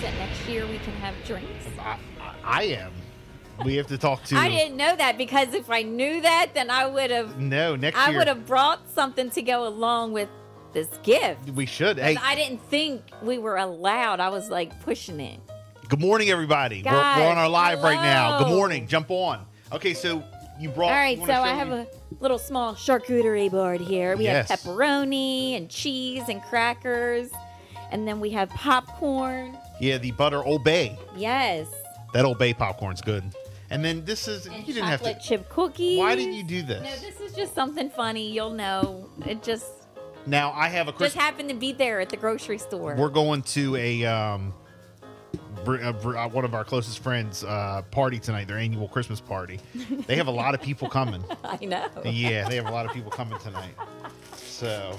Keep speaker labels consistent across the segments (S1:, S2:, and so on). S1: That next year we can have drinks.
S2: I, I- I am. We have to talk to.
S1: I didn't know that because if I knew that, then I would have
S2: No, next
S1: I
S2: year.
S1: would have brought something to go along with this gift.
S2: We should. Hey,
S1: I didn't think we were allowed. I was like pushing it.
S2: good morning, everybody. We're- we're,
S1: Guys,
S2: on our live right now. Good
S1: hello.
S2: morning. Jump on. Okay, so you brought.
S1: All right,
S2: you
S1: so
S2: wanna
S1: I
S2: show
S1: have
S2: me-
S1: a little small charcuterie board here. We have
S2: Yes.
S1: pepperoni and cheese and crackers, and then we have popcorn.
S2: Yeah, the butter Old Bay.
S1: Yes,
S2: That Old Bay popcorn's good. And then this is.
S1: and
S2: you didn't have
S1: chocolate
S2: to.
S1: chip cookies.
S2: Why did you do this?
S1: No, this is just something funny. You'll know. It just
S2: now I have a
S1: just
S2: Christmas.
S1: happened to be there at the grocery store.
S2: We're going to a um, br- uh, br- uh, one of our closest friends' uh, party tonight. Their annual Christmas party. They have a lot of people coming.
S1: I know.
S2: Yeah, they have a lot of people coming tonight. So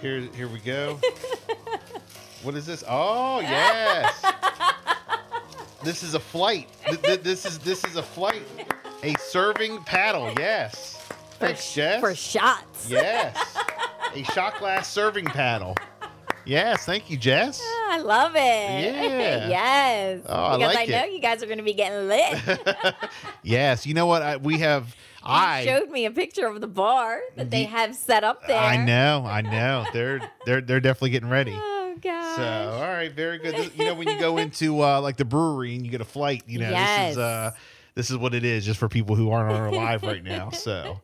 S2: here, here we go. What is this? Oh yes, this is a flight. Th- th- This is this is a flight. A serving paddle. Yes. Thanks, Jess.
S1: For shots.
S2: Yes. A shot glass serving paddle. Yes. Thank you, Jess.
S1: Ah, I love it.
S2: Yeah.
S1: yes.
S2: Oh, I
S1: because
S2: like
S1: I know
S2: it.
S1: you guys are going to be getting lit. You
S2: Yes. You know what? I, we have. I
S1: showed me a picture of the bar that they
S2: Ye-
S1: have set up there.
S2: I know, I know. They're they're they're definitely getting ready.
S1: Oh gosh.
S2: So, all right, very good. This- you know, when you go into uh, like the brewery and you get a flight, you know, this
S1: Yes.
S2: is uh, this is what it is, just for people who aren't on our live right now. So,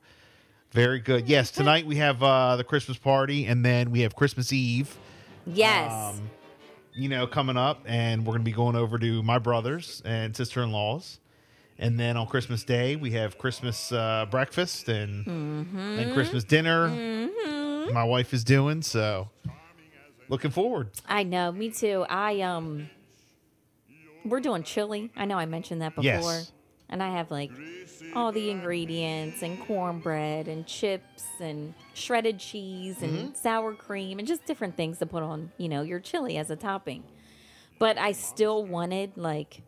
S2: very good. Yes, tonight we have uh, the Christmas party, and then we have Christmas Eve.
S1: yes.
S2: um, you know, coming up, and we're gonna be going over to my brothers and sister in laws. And then on Christmas Day, we have Christmas uh, breakfast and
S1: Mm-hmm.
S2: and Christmas dinner. My wife is doing so. Looking forward.
S1: I know. Me too. I um. We're doing chili. I know I mentioned that before.
S2: Yes.
S1: And I have like all the ingredients and cornbread and chips and shredded cheese and
S2: Mm-hmm.
S1: sour cream and just different things to put on, you know, your chili as a topping. But I still wanted like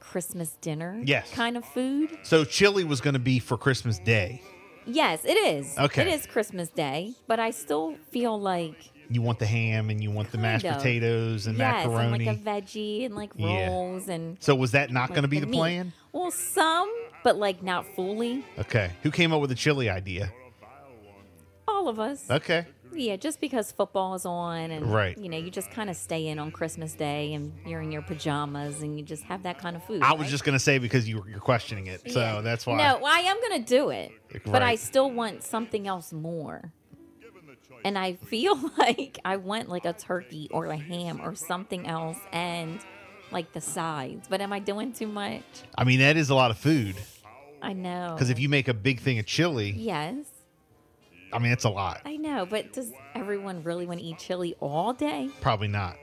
S1: Christmas dinner
S2: Yes.
S1: kind of food.
S2: So chili was going to be for Christmas Day.
S1: Yes, it is.
S2: Okay.
S1: It is Christmas Day, but I still feel like
S2: You want the ham and you want the mashed
S1: Kind of.
S2: potatoes and
S1: yes, and
S2: macaroni.
S1: like a veggie and like
S2: Yeah.
S1: rolls and
S2: so was that
S1: like,
S2: not going to be the,
S1: meat.
S2: plan?
S1: Well, some, but like not fully.
S2: Okay. Who came up with the chili idea?
S1: All of us.
S2: Okay.
S1: Yeah, just because football is on and
S2: Right.
S1: you know, you just kind of stay in on Christmas Day and you're in your pajamas and you just have that kind of food.
S2: I was
S1: right?
S2: just going to say because you were, you're questioning it. So
S1: Yeah.
S2: that's why.
S1: No, well, I am gonna do it, but I
S2: Right.
S1: still want something else more. And I feel like I want like a turkey or a ham or something else, and like the sides. But am I doing too much?
S2: I mean, that is a lot of food.
S1: I know.
S2: Because if you make a big thing of chili,
S1: yes,
S2: I mean, it's a lot.
S1: I know. But does everyone really want to eat chili all day?
S2: Probably not.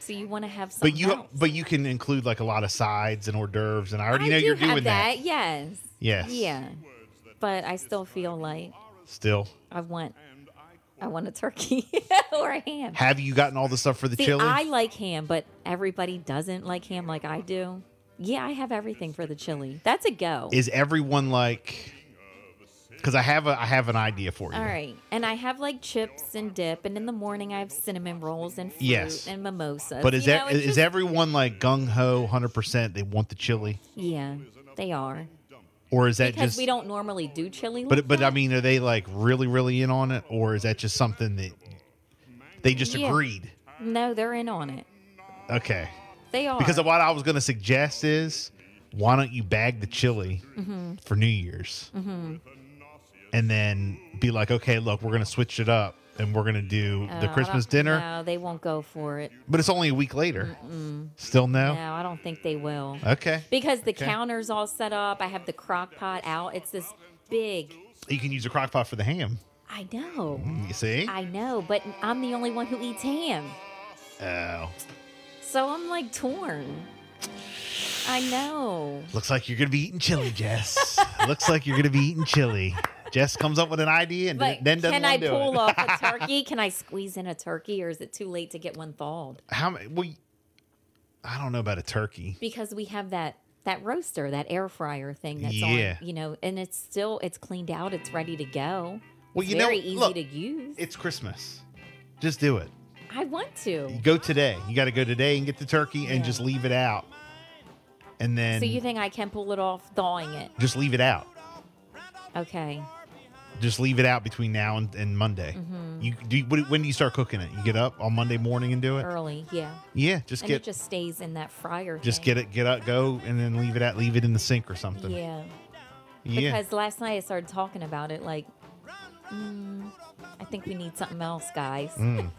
S1: So you want to have something
S2: But you,
S1: else.
S2: but you can include like a lot of sides and hors d'oeuvres, and I already
S1: I
S2: know
S1: do
S2: you're
S1: have
S2: doing that.
S1: Yes.
S2: Yes.
S1: Yeah. But I still feel like
S2: Still,
S1: I want, I want a turkey or a ham.
S2: have you gotten all the stuff for the
S1: See,
S2: chili?
S1: I like ham, but everybody doesn't like ham like I do. Yeah, I have everything for the chili. That's a go.
S2: Is everyone like? Because I have a, I have an idea for you.
S1: All right. And I have like chips and dip, and in the morning I have cinnamon rolls and fruit
S2: Yes.
S1: and mimosas.
S2: But is
S1: You
S2: that
S1: know,
S2: is
S1: it's just-
S2: everyone like gung ho, hundred percent? They want the chili,
S1: Yeah, they are
S2: or is that
S1: because
S2: just?
S1: we don't normally do chili.
S2: but
S1: like
S2: but I
S1: that.
S2: mean, are they like really really in on it, or is that just something that they just
S1: Yeah.
S2: agreed?
S1: no, they're in on it.
S2: Okay.
S1: They are
S2: Because what I was going to suggest is, why don't you bag the chili
S1: Mm-hmm.
S2: for New Year's, and then be like, okay, look, we're going to switch it up, and we're going to do
S1: Oh, I
S2: the
S1: don't-
S2: Christmas dinner.
S1: No, they won't go for it.
S2: But it's only a week later. Still no.
S1: No, I don't think they will.
S2: Okay.
S1: Because the
S2: Okay.
S1: counter's all set up. I have the crock pot out. It's this big
S2: You can use a crock pot for the ham.
S1: I know.
S2: You see?
S1: I know, but I'm the only one who eats ham.
S2: Oh.
S1: So I'm like torn. I know.
S2: Looks like you're gonna be eating chili, Jess. Looks like you're gonna be eating chili. Jess comes up with an idea and
S1: But
S2: then doesn't
S1: can I
S2: wanna do
S1: pull
S2: it.
S1: off a turkey? Can I squeeze in a turkey or is it too late to get one thawed?
S2: How many? Well, I don't know about a turkey.
S1: Because we have that that roaster, that air fryer thing that's
S2: Yeah.
S1: on, you know, and it's still it's cleaned out, it's ready to go.
S2: Well,
S1: it's
S2: you know,
S1: very easy
S2: look,
S1: to use.
S2: It's Christmas. Just do it.
S1: I want to.
S2: Go today. You got to go today and get the turkey and
S1: Yeah.
S2: just leave it out. And then
S1: So you think I can pull it off thawing it?
S2: just leave it out.
S1: Okay.
S2: Just leave it out between now and, and Monday.
S1: Mm-hmm.
S2: You do. You, when do you start cooking it? You get up on Monday morning and do it.
S1: Early, yeah.
S2: Yeah, just
S1: And
S2: get
S1: it just stays in that fryer.
S2: just
S1: thing.
S2: get it, get up, go, and then leave it out. Leave it in the sink or something.
S1: Yeah.
S2: Yeah.
S1: Because last night I started talking about it, like, mm, I think we need something else, guys.
S2: Mm.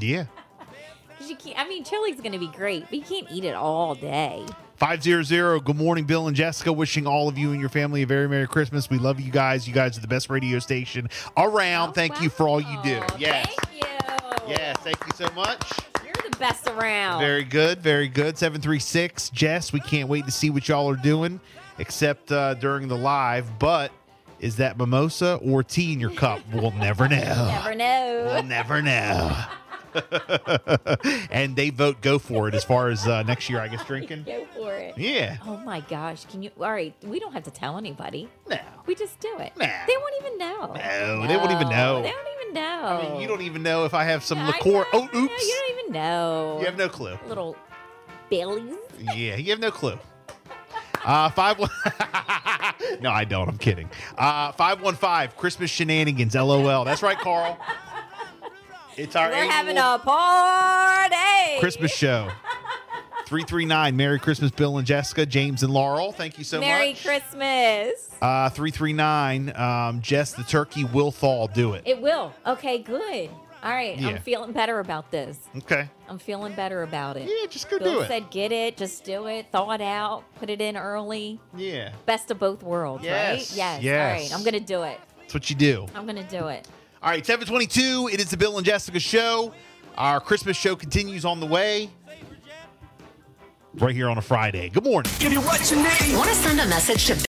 S2: yeah.
S1: 'Cause you can't, I mean, chili's going to be great, but you can't eat it all day.
S2: 500. Good morning, Bill and Jessica. Wishing all of you and your family a very Merry Christmas. We love you guys. You guys are the best radio station around. Thank you for all you do.
S1: Oh, Wow.
S2: Yes.
S1: Thank you.
S2: Yes. Thank you so much.
S1: You're the best around.
S2: Very good. Very good. 736. Jess, we can't wait to see what y'all are doing, except uh, during the live. But is that mimosa or tea in your cup? We'll never know.
S1: Never know.
S2: We'll never know. and they vote go for it as far as uh, next year, I guess, drinking.
S1: Go for it.
S2: Yeah.
S1: Oh my gosh. Can you? All right. We don't have to tell anybody.
S2: No.
S1: We just do it.
S2: No.
S1: They won't even know.
S2: No, they won't even know.
S1: They don't even know.
S2: I mean, you don't even know if I have some
S1: I
S2: liqueur.
S1: know, I
S2: Oh,
S1: know,
S2: oops.
S1: You don't even know.
S2: You have no clue.
S1: little bellies.
S2: Yeah, you have no clue. Uh, five one. no, I don't. I'm kidding. Uh, five one five. Christmas shenanigans. LOL. That's right, Carl. It's our
S1: We're having
S2: annual
S1: a party.
S2: Christmas show. Three three nine. Merry Christmas, Bill and Jessica, James and Laurel. Thank you so
S1: Merry
S2: much.
S1: Christmas.
S2: Uh, 339, um, Jess, the turkey will fall. Do it.
S1: It will. Okay, good. All right,
S2: Yeah.
S1: I'm feeling better about this.
S2: Okay.
S1: I'm feeling better about it.
S2: Yeah, just go
S1: Bill
S2: do it.
S1: said, "Get it, just do it. Thaw it out, put it in early.
S2: yeah.
S1: Best of both worlds,
S2: Yes.
S1: right? Yes.
S2: Yes.
S1: All right, I'm gonna do it.
S2: That's what you do.
S1: I'm gonna do it.
S2: All right, 722. It is the Bill and Jessica show. Our Christmas show continues on the way. Right here on a Friday. Good morning.
S3: Give you what you need.
S4: Want to send a message to